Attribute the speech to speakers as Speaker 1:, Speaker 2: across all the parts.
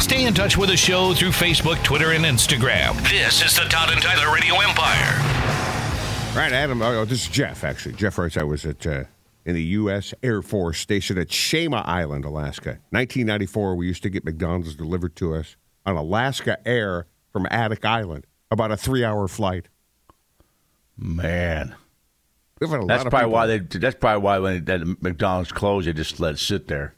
Speaker 1: Stay in touch with the show through Facebook, Twitter, and Instagram. This is the Todd and Tyler Radio Empire.
Speaker 2: All Right, Adam. Oh, this is Jeff, actually. Jeff writes I was at uh, in the U.S. Air Force stationed at Shama Island, Alaska. 1994, we used to get McDonald's delivered to us on Alaska Air from Attic Island, about a three hour flight.
Speaker 3: Man,
Speaker 2: We've had a
Speaker 3: that's
Speaker 2: lot of
Speaker 3: probably
Speaker 2: people-
Speaker 3: why they. That's probably why when that McDonald's closed, they just let it sit there.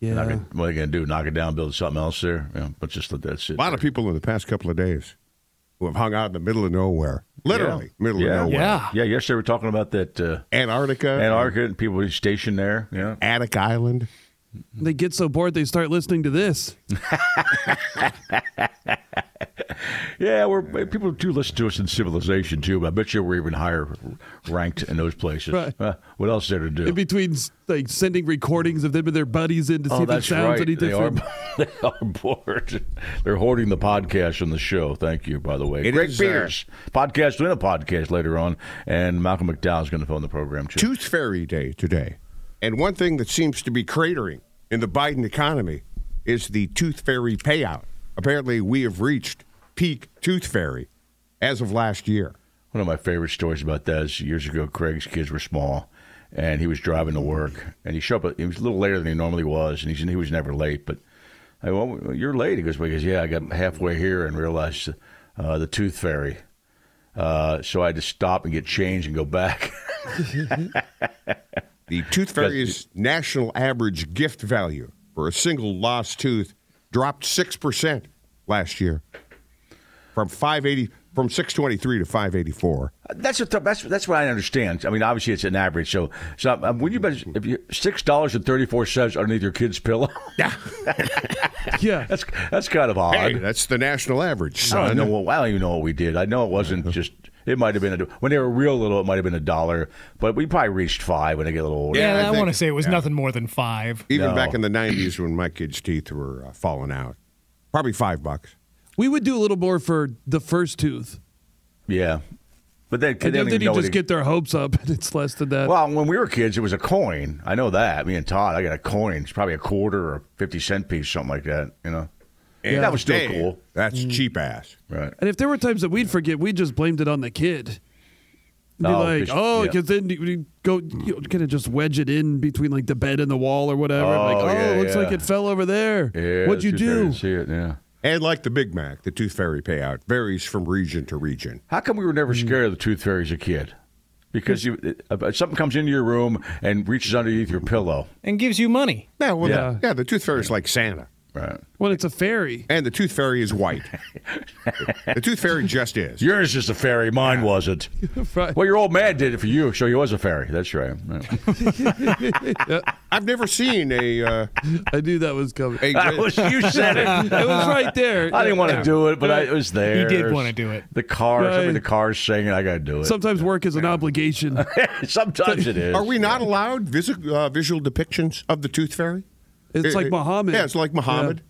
Speaker 3: Yeah. what are they gonna do? Knock it down, build something else there? Yeah, but just let that sit.
Speaker 2: a lot of people in the past couple of days who have hung out in the middle of nowhere, literally middle
Speaker 3: yeah.
Speaker 2: of nowhere,
Speaker 3: Yeah. Yeah. Yesterday we were talking about that uh,
Speaker 2: Antarctica,
Speaker 3: Antarctica and people who stationed there. Yeah.
Speaker 2: Attic Island.
Speaker 4: They get so bored they start listening to this.
Speaker 3: Yeah. We're people do listen to us in civilization too. But I bet you we're even higher ranked in those places.
Speaker 4: Right.
Speaker 3: Uh, what else is there to do?
Speaker 4: In between, like sending recordings of them and their buddies in to see
Speaker 3: Oh,
Speaker 4: if it
Speaker 3: that's
Speaker 4: sounds
Speaker 3: right.
Speaker 4: any
Speaker 3: they are,
Speaker 4: different.
Speaker 3: they are bored. They're hoarding the podcast on the show. Thank you, by the way.
Speaker 2: It
Speaker 3: Greg
Speaker 2: is, uh,
Speaker 3: Peters, podcast within a podcast later on, and Malcolm McDowell's going to phone the program too.
Speaker 2: Tooth Fairy Day today. And one thing that seems to be cratering in the Biden economy is the Tooth Fairy payout. Apparently, we have reached peak Tooth Fairy as of last year.
Speaker 3: One of my favorite stories about that is years ago, Craig's kids were small, and he was driving to work, and he showed up. He was a little later than he normally was, and he's, he was never late. But I go, well, you're late. He goes, well, he goes, yeah, I got halfway here and realized uh, the tooth fairy. Uh, so I had to stop and get changed and go back.
Speaker 2: The Tooth Fairy's national average gift value for a single lost tooth dropped 6% last year from 580 from 623 to 584.
Speaker 3: That's what that's that's what I understand. I mean, obviously it's an average. So, so um, when you bet if you six dollars and thirty four cents underneath your kid's pillow,
Speaker 4: yeah.
Speaker 3: that's that's kind of odd.
Speaker 2: Hey, Oh, that's the national average.
Speaker 3: I don't
Speaker 2: son.
Speaker 3: know. What, I don't even know what we did. I know it wasn't just. It might have been a when they were real little. It might have been a dollar, but we probably reached five when they get a little older.
Speaker 2: Yeah, I
Speaker 5: Yeah, I,
Speaker 2: think-
Speaker 5: want to say it was nothing more than five.
Speaker 2: Even
Speaker 3: No.
Speaker 2: back in the 90s when my kids' teeth were uh, falling out, probably 5 bucks.
Speaker 4: We would do a little more for the first tooth.
Speaker 3: yeah. But then, they
Speaker 4: And
Speaker 3: don't
Speaker 4: then,
Speaker 3: even
Speaker 4: you
Speaker 3: know
Speaker 4: just
Speaker 3: what they-
Speaker 4: get their hopes up and it's less than that.
Speaker 3: Well, when we were kids, it was a coin. I know that. Me and Todd, I got a coin. It's probably a quarter or fifty cent piece, something like that. You know, that was still
Speaker 2: Hey,
Speaker 3: cool,
Speaker 2: That's cheap ass.
Speaker 3: right?
Speaker 4: and if there were times that we'd forget, we just blamed it on the kid. Be
Speaker 3: Oh,
Speaker 4: like,
Speaker 3: 'cause-
Speaker 4: oh,
Speaker 3: yeah.
Speaker 4: because then you- you go, you kind of just wedge it in between like the bed and the wall or whatever.
Speaker 3: Oh,
Speaker 4: like, oh,
Speaker 3: yeah,
Speaker 4: looks
Speaker 3: yeah.
Speaker 4: like it fell over there.
Speaker 3: Yeah,
Speaker 4: What'd you
Speaker 3: it's just- I
Speaker 4: do?
Speaker 3: didn't See it? Yeah.
Speaker 2: And like the Big Mac, the Tooth Fairy payout varies from region to region.
Speaker 3: How come we were never scared of the tooth fairy as a kid? Because you, uh, something comes into your room and reaches underneath your pillow.
Speaker 5: And gives you money.
Speaker 2: Yeah, well, yeah.
Speaker 3: Yeah.
Speaker 2: The, yeah, the Tooth Fairy is like Santa,
Speaker 3: Right.
Speaker 4: Well, it's a fairy.
Speaker 2: and the Tooth Fairy is white. the Tooth Fairy just is.
Speaker 3: Yours is a fairy. Mine wasn't.
Speaker 4: Right.
Speaker 3: Well, your old man did it for you, so he was a fairy. That's right.
Speaker 2: I've never seen a. Uh,
Speaker 4: I knew that was coming.
Speaker 2: a
Speaker 3: I was, you said it. I
Speaker 4: It was right there.
Speaker 3: didn't want to do it, but I, it was there.
Speaker 5: He did wanna do it.
Speaker 3: The car,
Speaker 4: Right.
Speaker 3: somebody, the car's singing. I got to do it.
Speaker 4: Sometimes work is an obligation.
Speaker 3: Sometimes it is.
Speaker 2: are we not allowed visi- uh, visual depictions of the Tooth Fairy?
Speaker 4: It's like Muhammad.
Speaker 2: Yeah, it's like Muhammad.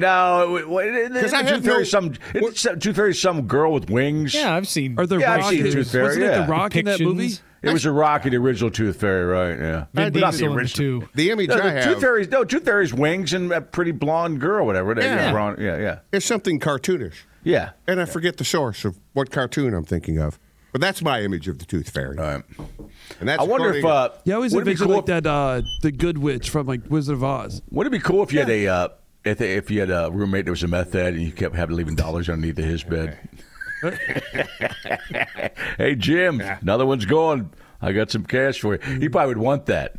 Speaker 3: No, it, well, it,
Speaker 2: Because I
Speaker 3: it,
Speaker 2: have
Speaker 3: Tooth Fairy
Speaker 2: no-
Speaker 3: is some
Speaker 2: what-
Speaker 3: it's, some- Tooth Fairy is some girl with wings.
Speaker 5: Yeah, I've seen.
Speaker 4: Are there
Speaker 3: Yeah, I've
Speaker 4: rock?
Speaker 3: seen
Speaker 4: in-
Speaker 3: Tooth Fairy,
Speaker 4: Wasn't it
Speaker 3: yeah.
Speaker 4: the rock in that movie?
Speaker 5: depictions.
Speaker 3: It was a rock in the original Tooth Fairy, right? Yeah.
Speaker 5: Vin
Speaker 3: Not
Speaker 5: Diesel in the
Speaker 3: original.
Speaker 5: two.
Speaker 2: The image
Speaker 3: No,
Speaker 2: I
Speaker 3: the Tooth
Speaker 2: have
Speaker 3: Fairy's no Tooth Fairy's wings and a pretty blonde girl, whatever. They-
Speaker 2: Yeah.
Speaker 3: blonde- yeah, yeah,
Speaker 2: is something cartoonish.
Speaker 3: yeah.
Speaker 2: And I forget the source of what cartoon I'm thinking of. But that's my image of the Tooth Fairy.
Speaker 3: All right.
Speaker 2: And that's
Speaker 3: I wonder if
Speaker 2: according-
Speaker 3: uh,
Speaker 4: Yeah, I always
Speaker 3: would it be
Speaker 4: envisioned
Speaker 3: cool
Speaker 4: like
Speaker 3: if-
Speaker 4: that uh, the Good Witch from like Wizard of Oz.
Speaker 3: Would it be cool if you had a uh, if, if you had a roommate that was a meth head and you kept having leaving dollars underneath his bed? hey Jim, another one's gone. I got some cash for you.
Speaker 4: Mm.
Speaker 3: He probably would want that.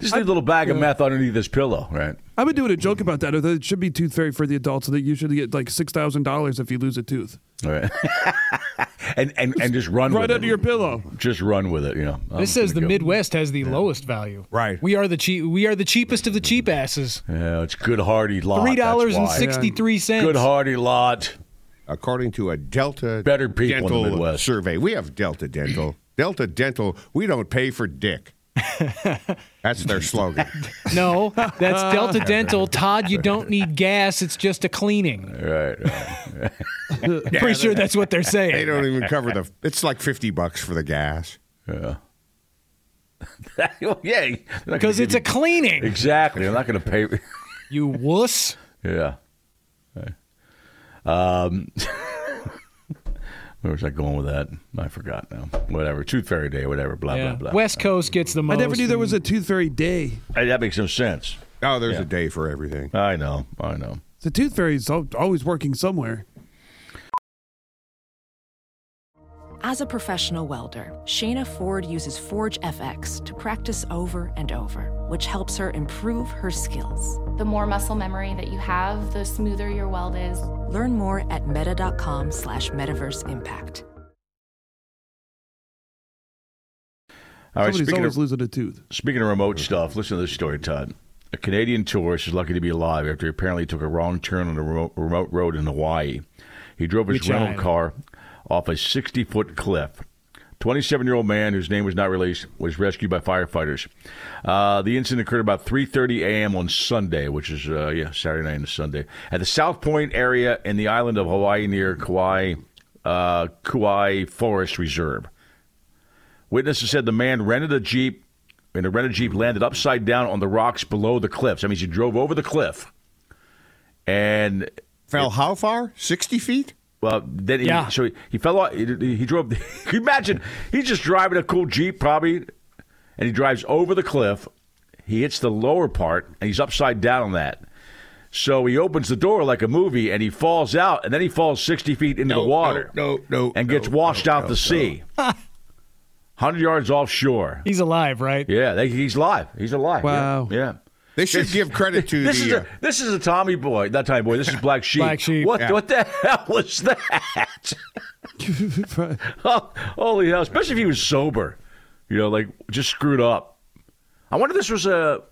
Speaker 3: Just leave a little bag of meth underneath his pillow, right?
Speaker 4: I've been doing a joke about that. or that It should be tooth fairy for the adults, so that you should get like six thousand dollars if you lose a tooth
Speaker 3: All right. and and and just run
Speaker 4: right
Speaker 3: with
Speaker 4: under
Speaker 3: it.
Speaker 4: your pillow.
Speaker 3: Just run with it, you know. I'm
Speaker 5: This says the
Speaker 3: gonna go-
Speaker 5: Midwest has the lowest value.
Speaker 2: Right.
Speaker 5: We are the cheap. We are the cheapest of the cheap asses.
Speaker 3: Yeah, it's good hearty lot.
Speaker 5: Three
Speaker 3: that's
Speaker 5: dollars and
Speaker 3: why.
Speaker 5: sixty three cents.
Speaker 3: Good hearty lot.
Speaker 2: according to a Delta
Speaker 3: uh, Better people in the
Speaker 2: Dental
Speaker 3: Midwest.
Speaker 2: survey. We have Delta Dental. Delta Dental, we don't pay for dick. That's their slogan.
Speaker 5: No, that's Delta Dental. Todd, you don't need gas. It's just a cleaning.
Speaker 3: Right. right.
Speaker 5: Pretty sure that's what they're
Speaker 2: They
Speaker 5: saying.
Speaker 2: don't even cover the. It's like fifty bucks for the gas.
Speaker 3: yeah.
Speaker 5: Because it's a cleaning.
Speaker 3: Exactly. I'm not going to pay.
Speaker 5: You wuss.
Speaker 3: Yeah. Right. Um, where was I going with that? I forgot now. Whatever. Tooth Fairy Day, whatever. Blah,
Speaker 5: Yeah.
Speaker 3: blah, blah.
Speaker 5: West Coast gets the most.
Speaker 4: I never knew there was a tooth fairy day.
Speaker 3: Hey, that makes no sense.
Speaker 2: Oh, there's a day for everything.
Speaker 3: I know. I know.
Speaker 4: The tooth fairy's al- always working somewhere.
Speaker 6: As a professional welder, Shayna Ford uses Forge FX to practice over and over, which helps her improve her skills.
Speaker 7: The more muscle memory that you have, the smoother your weld is.
Speaker 6: Learn more at meta.com slash metaverse impact.
Speaker 3: All right.
Speaker 4: Somebody's
Speaker 3: Speaking
Speaker 4: always
Speaker 3: of,
Speaker 4: losing a tooth.
Speaker 3: speaking of remote stuff, listen to this story, Todd. A Canadian tourist is lucky to be alive after he apparently took a wrong turn on a remote, remote road in Hawaii. He drove his
Speaker 5: Which
Speaker 3: rental
Speaker 5: island?
Speaker 3: car off a 60 foot cliff. 27 year old man whose name was not released was rescued by firefighters. Uh, the incident occurred about 3:30 a.m. on Sunday, which is uh, yeah Saturday night and Sunday, at the South Point area in the island of Hawaii near Kauai uh, Kauai Forest Reserve. Witnesses said the man rented a jeep, and the rented jeep landed upside down on the rocks below the cliffs. I mean, he drove over the cliff, and
Speaker 2: Fell how far? Sixty feet?
Speaker 3: well, then he,
Speaker 5: Yeah.
Speaker 3: so he, he fell off. He, he drove. Can you imagine? He's just driving a cool Jeep, probably, and he drives over the cliff. He hits the lower part, and he's upside down on that. So he opens the door like a movie, and he falls out, and then he falls sixty feet into
Speaker 2: No,
Speaker 3: the water,
Speaker 2: no, no, no,
Speaker 3: and gets
Speaker 2: no,
Speaker 3: washed
Speaker 2: no,
Speaker 3: out
Speaker 2: no,
Speaker 3: the sea, hundred yards offshore.
Speaker 5: He's alive, right?
Speaker 3: Yeah, they, he's alive. He's alive. yeah,
Speaker 4: Wow.
Speaker 3: Yeah.
Speaker 2: They should give credit to
Speaker 3: This is
Speaker 2: the. uh,
Speaker 3: a this is a Tommy boy, not Tommy boy. This is Black Sheep.
Speaker 5: Black Sheep.
Speaker 3: What
Speaker 2: Yeah.
Speaker 3: what the hell was that? Oh, holy hell! Especially if he was sober, you know, like just screwed up. I wonder if this was a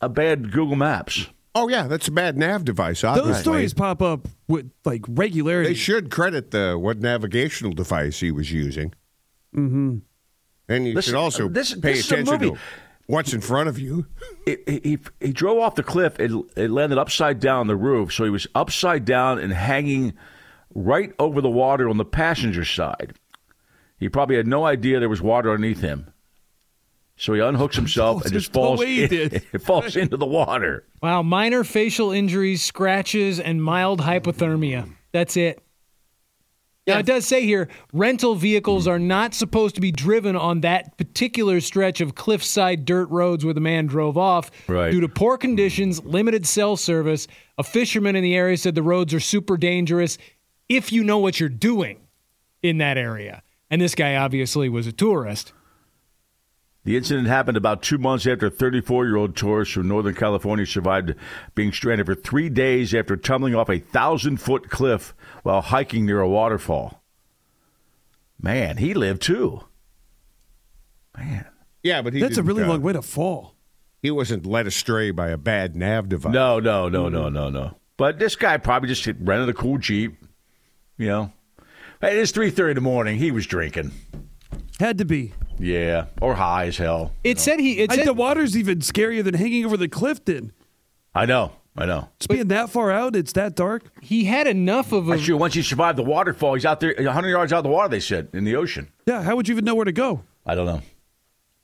Speaker 3: a bad Google Maps.
Speaker 2: oh yeah, that's a bad nav device.
Speaker 4: Those
Speaker 2: Obviously.
Speaker 4: stories pop up with like regularity.
Speaker 2: They should credit the what navigational device he was using. Mm-hmm. And you
Speaker 3: This-
Speaker 2: should also
Speaker 3: this-
Speaker 2: pay
Speaker 3: this is a
Speaker 2: attention to
Speaker 3: movie.
Speaker 2: what's in front of you.
Speaker 3: It, he, he he drove off the cliff. It it landed upside down on the roof, so he was upside down and hanging right over the water on the passenger side. He probably had no idea there was water underneath him, so he unhooks himself and just
Speaker 4: Just the
Speaker 3: falls.
Speaker 4: way he
Speaker 3: in-
Speaker 4: did.
Speaker 3: It falls into the water.
Speaker 5: Wow. Minor facial injuries, scratches, and mild hypothermia. That's it. Now, it does say here rental vehicles are not supposed to be driven on that particular stretch of cliffside dirt roads where the man drove off
Speaker 3: Right.
Speaker 5: due to poor conditions, limited cell service. A fisherman in the area said the roads are super dangerous if you know what you're doing in that area. And this guy obviously was a tourist.
Speaker 3: The incident happened about two months after a 34 year old tourist from Northern California survived being stranded for three days after tumbling off a thousand foot cliff while hiking near a waterfall. Man, he lived too. Man.
Speaker 2: Yeah, but he
Speaker 4: That's a
Speaker 2: didn't,
Speaker 4: really
Speaker 2: uh,
Speaker 4: long way to fall.
Speaker 2: He wasn't led astray by a bad nav device.
Speaker 3: No, no, no, no, no, no. But this guy probably just hit- rented a cool Jeep, you know. Hey, it's 3.30 in the morning. He was drinking.
Speaker 4: Had to be.
Speaker 3: Yeah, or high as hell.
Speaker 5: It said he. It
Speaker 4: I,
Speaker 5: said
Speaker 4: the water's even scarier than hanging over the cliff. Then
Speaker 3: I know. I know.
Speaker 4: It's being that far out. It's that dark.
Speaker 5: He had enough of
Speaker 3: That's true. Once you survive the waterfall, he's out there 100 yards out of the water, they said, in the ocean.
Speaker 4: Yeah. How would you even know where to go?
Speaker 3: I don't know.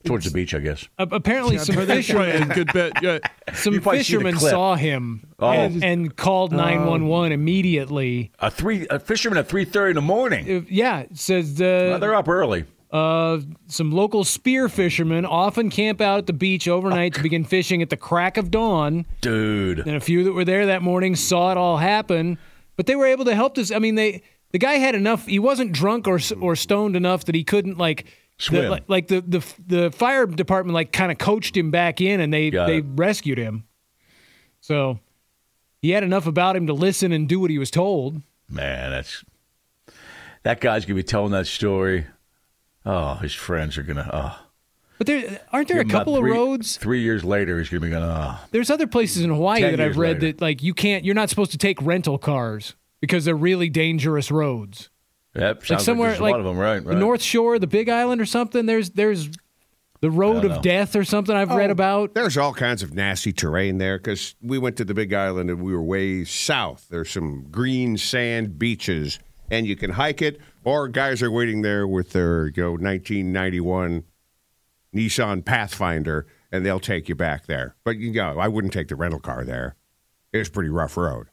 Speaker 3: Towards the beach, I guess.
Speaker 5: A- apparently
Speaker 4: Yeah,
Speaker 5: some
Speaker 4: that's probably a
Speaker 5: fishermen
Speaker 4: good bet. Yeah.
Speaker 5: some
Speaker 3: You'd probably see the
Speaker 5: fishermen
Speaker 3: clip.
Speaker 5: saw him
Speaker 3: Oh.
Speaker 5: and, and called 911 immediately.
Speaker 3: A three a fisherman at 3.30 in the morning.
Speaker 5: If- yeah, it says
Speaker 3: Well,
Speaker 5: uh,
Speaker 3: they're up early.
Speaker 5: uh, some local spear fishermen often camp out at the beach overnight to begin fishing at the crack of dawn.
Speaker 3: Dude.
Speaker 5: And a few that were there that morning saw it all happen, but they were able to help this. I mean, they the guy had enough. He wasn't drunk or s- or stoned enough that he couldn't like the-
Speaker 3: Swim.
Speaker 5: like, like the the the fire department like kind of coached him back in, and they
Speaker 3: Got
Speaker 5: they
Speaker 3: it.
Speaker 5: rescued him. So he had enough about him to listen and do what he was told.
Speaker 3: Man, that's... That guy's going to be telling that story. Oh, his friends are going to... Oh.
Speaker 5: But there aren't there a
Speaker 3: Give him about
Speaker 5: couple of
Speaker 3: three-
Speaker 5: roads.
Speaker 3: Three years later, he's going to be going, oh.
Speaker 5: There's other places in Hawaii
Speaker 3: Ten
Speaker 5: that I've
Speaker 3: years
Speaker 5: read
Speaker 3: later.
Speaker 5: that like you can't you're not supposed to take rental cars because they're really dangerous roads.
Speaker 3: Yep, sounds
Speaker 5: like
Speaker 3: like
Speaker 5: somewhere
Speaker 3: there's
Speaker 5: like
Speaker 3: a lot of them, right?
Speaker 5: the
Speaker 3: right.
Speaker 5: North Shore, the Big Island, or something. There's there's the road of
Speaker 3: know.
Speaker 5: death or something I've read about.
Speaker 2: There's all kinds of nasty terrain there because we went to the Big Island and we were way south. There's some green sand beaches and you can hike it, or guys are waiting there with their you know, 1991 Nissan Pathfinder and they'll take you back there. But you know, I wouldn't take the rental car there. It was a pretty rough road.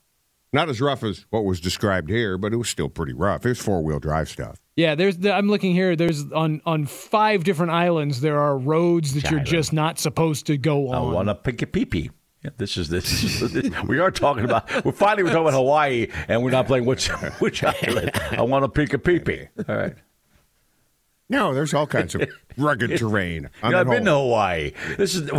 Speaker 2: Not as rough as what was described here, but it was still pretty rough. It was four wheel drive stuff.
Speaker 5: Yeah, there's the, I'm looking here. There's on on five different islands there are roads that you're just not supposed to go
Speaker 3: I
Speaker 5: on.
Speaker 3: want to pick a pee pee. Yeah, this is this. is- this- we are talking about. We're finally we're talking about Hawaii, and we're not playing which which island. I want to pick a pee pee. All right.
Speaker 2: No, there's all kinds of rugged terrain.
Speaker 3: You
Speaker 2: on
Speaker 3: know,
Speaker 2: that
Speaker 3: I've been to
Speaker 2: whole-
Speaker 3: Hawaii. This is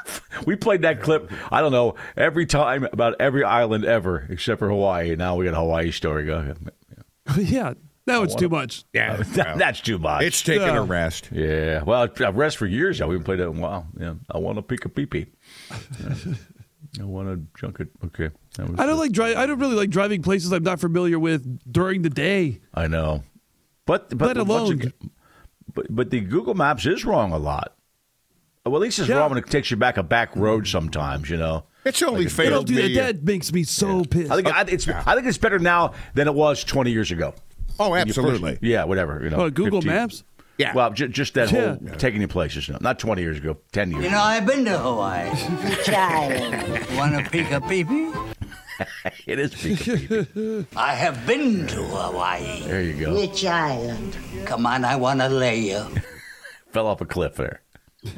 Speaker 3: we played that clip. I don't know every time about every island ever except for Hawaii. Now we got a Hawaii story. Go. Uh,
Speaker 4: yeah. That was too much.
Speaker 2: Yeah, well,
Speaker 3: That's too much.
Speaker 2: it's taking a rest.
Speaker 3: yeah. Well, I've- I've rest for years. I haven't played that in a while. Yeah. I want to pick a pee pee. I want to junk it. Okay. That was
Speaker 4: I
Speaker 3: good.
Speaker 4: don't like dri- I don't really like driving places I'm not familiar with during the day.
Speaker 3: I know, but but
Speaker 4: Let
Speaker 3: once
Speaker 4: alone-
Speaker 3: aga- but but the Google Maps is wrong a lot. Well, at least it's
Speaker 4: Yeah.
Speaker 3: wrong when it takes you back a back road sometimes. You know,
Speaker 2: It's only uh,
Speaker 4: I
Speaker 2: fair.
Speaker 4: don't do that. That makes me so pissed.
Speaker 3: I think I, it's I think it's better now than it was twenty years ago.
Speaker 2: Oh,
Speaker 3: When you first-
Speaker 2: absolutely.
Speaker 3: yeah, whatever. You know,
Speaker 4: Oh, Google
Speaker 3: 15
Speaker 4: Maps?
Speaker 2: Yeah.
Speaker 3: Well, just, just that
Speaker 4: Yeah.
Speaker 3: whole taking you places. No, not twenty years ago, ten years. ago.
Speaker 8: I've been to Hawaii. Child, wanna pick a peepee?
Speaker 3: it is. peek-a-peek.
Speaker 8: I have been to Hawaii.
Speaker 3: there you go.
Speaker 8: Which island? Come on, I wanna lay you.
Speaker 3: Fell off a cliff there.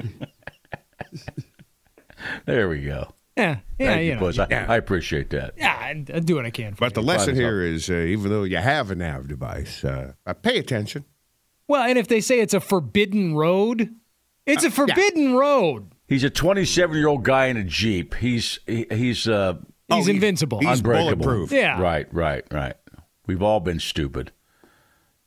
Speaker 3: there we go.
Speaker 5: yeah, yeah,
Speaker 3: Thank
Speaker 5: you
Speaker 3: you,
Speaker 5: know.
Speaker 3: Buzz. I- I appreciate that.
Speaker 5: Yeah, I, I do what I can. For
Speaker 2: But the lesson here is uh, even though you have a nav device, uh, uh, pay attention.
Speaker 5: well, and if they say it's a forbidden road, it's
Speaker 3: Uh,
Speaker 5: a forbidden road.
Speaker 3: He's a 27 year old guy in a jeep. He's he, he's uh
Speaker 5: He's invincible.
Speaker 2: he's
Speaker 3: unbreakable.
Speaker 2: bulletproof.
Speaker 5: Yeah.
Speaker 3: Right. Right. Right. We've all been stupid,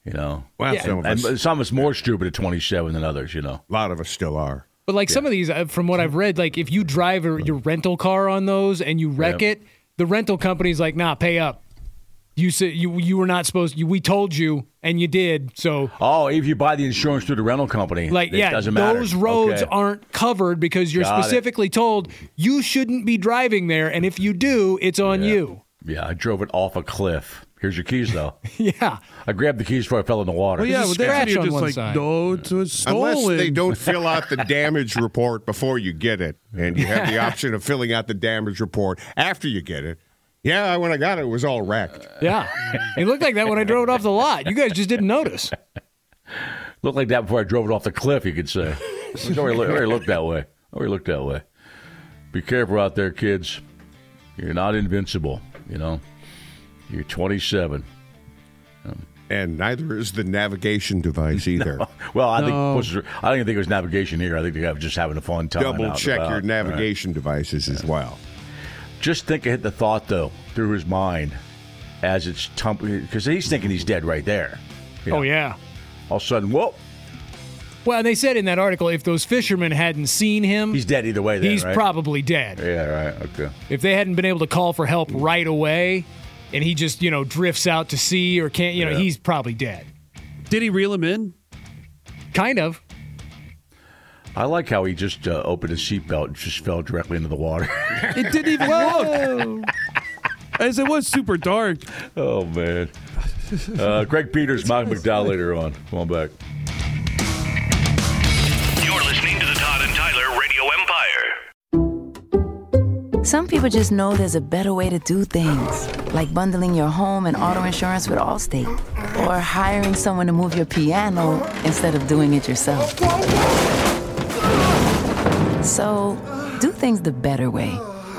Speaker 3: you know.
Speaker 2: Well, some of
Speaker 3: And
Speaker 2: us, a
Speaker 3: some of us more stupid at 27 than others, you know.
Speaker 2: lot of us still are.
Speaker 5: But like some of these, uh, from what I've read, like if you drive your, your rental car on those and you wreck
Speaker 3: Yep.
Speaker 5: it, the rental company's like, nah, pay up. You said you you were not supposed. You, we told you, and you did. So
Speaker 3: Oh, if you buy the insurance through the rental company,
Speaker 5: like
Speaker 3: it
Speaker 5: yeah,
Speaker 3: doesn't matter.
Speaker 5: those roads
Speaker 3: Okay.
Speaker 5: aren't covered because you're
Speaker 3: Got it.
Speaker 5: specifically told you shouldn't be driving there, and if you do, it's on you.
Speaker 3: Yeah, I drove it off a cliff. Here's your keys, though.
Speaker 5: Yeah,
Speaker 3: I grabbed the keys before I fell in the water.
Speaker 4: Well, yeah,
Speaker 5: a
Speaker 4: but that's when
Speaker 5: scratch
Speaker 4: you're
Speaker 5: on
Speaker 4: just
Speaker 5: one
Speaker 4: like,
Speaker 5: side.
Speaker 4: no, it was stolen.
Speaker 2: Unless they don't fill out the damage report before you get it, and you have the option of filling out the damage report after you get it. Yeah, when I got it, it was all wrecked.
Speaker 5: yeah. it looked like that when I drove it off the lot. You guys just didn't notice.
Speaker 3: Looked like that before I drove it off the cliff, you could say. It already, look- already looked that way. Already looked that way. Be careful out there, kids. You're not invincible, you know. You're 27.
Speaker 2: And neither is the navigation device either.
Speaker 3: Well, I think I don't even think it was navigation here. I think they were just having a fun time. out
Speaker 2: Double
Speaker 3: and
Speaker 2: check
Speaker 3: about.
Speaker 2: your navigation devices as well.
Speaker 3: Just think of hit the thought though through his mind as it's tumbling because he's thinking he's dead right there. Yeah.
Speaker 5: Oh yeah.
Speaker 3: All of a sudden, whoa,
Speaker 5: Well, they said in that article if those fishermen hadn't seen him,
Speaker 3: he's dead either way. Then
Speaker 5: he's
Speaker 3: right?
Speaker 5: probably dead.
Speaker 3: yeah, right, okay.
Speaker 5: If they hadn't been able to call for help right away and he just, you know, drifts out to sea or can't, you know, he's probably dead.
Speaker 4: Did he reel him in?
Speaker 5: Kind of.
Speaker 3: I like how he just uh, opened his seatbelt and just fell directly into the water.
Speaker 4: It didn't even look. As it was super dark.
Speaker 3: Oh man. Uh, Greg Peters, Mike McDowell later on. Come on back.
Speaker 1: You're listening to the Todd and Tyler Radio Empire.
Speaker 5: Some people just know there's a better way to do things, like bundling your home and auto insurance with Allstate, or hiring someone to move your piano instead of doing it yourself. So, do things the better way.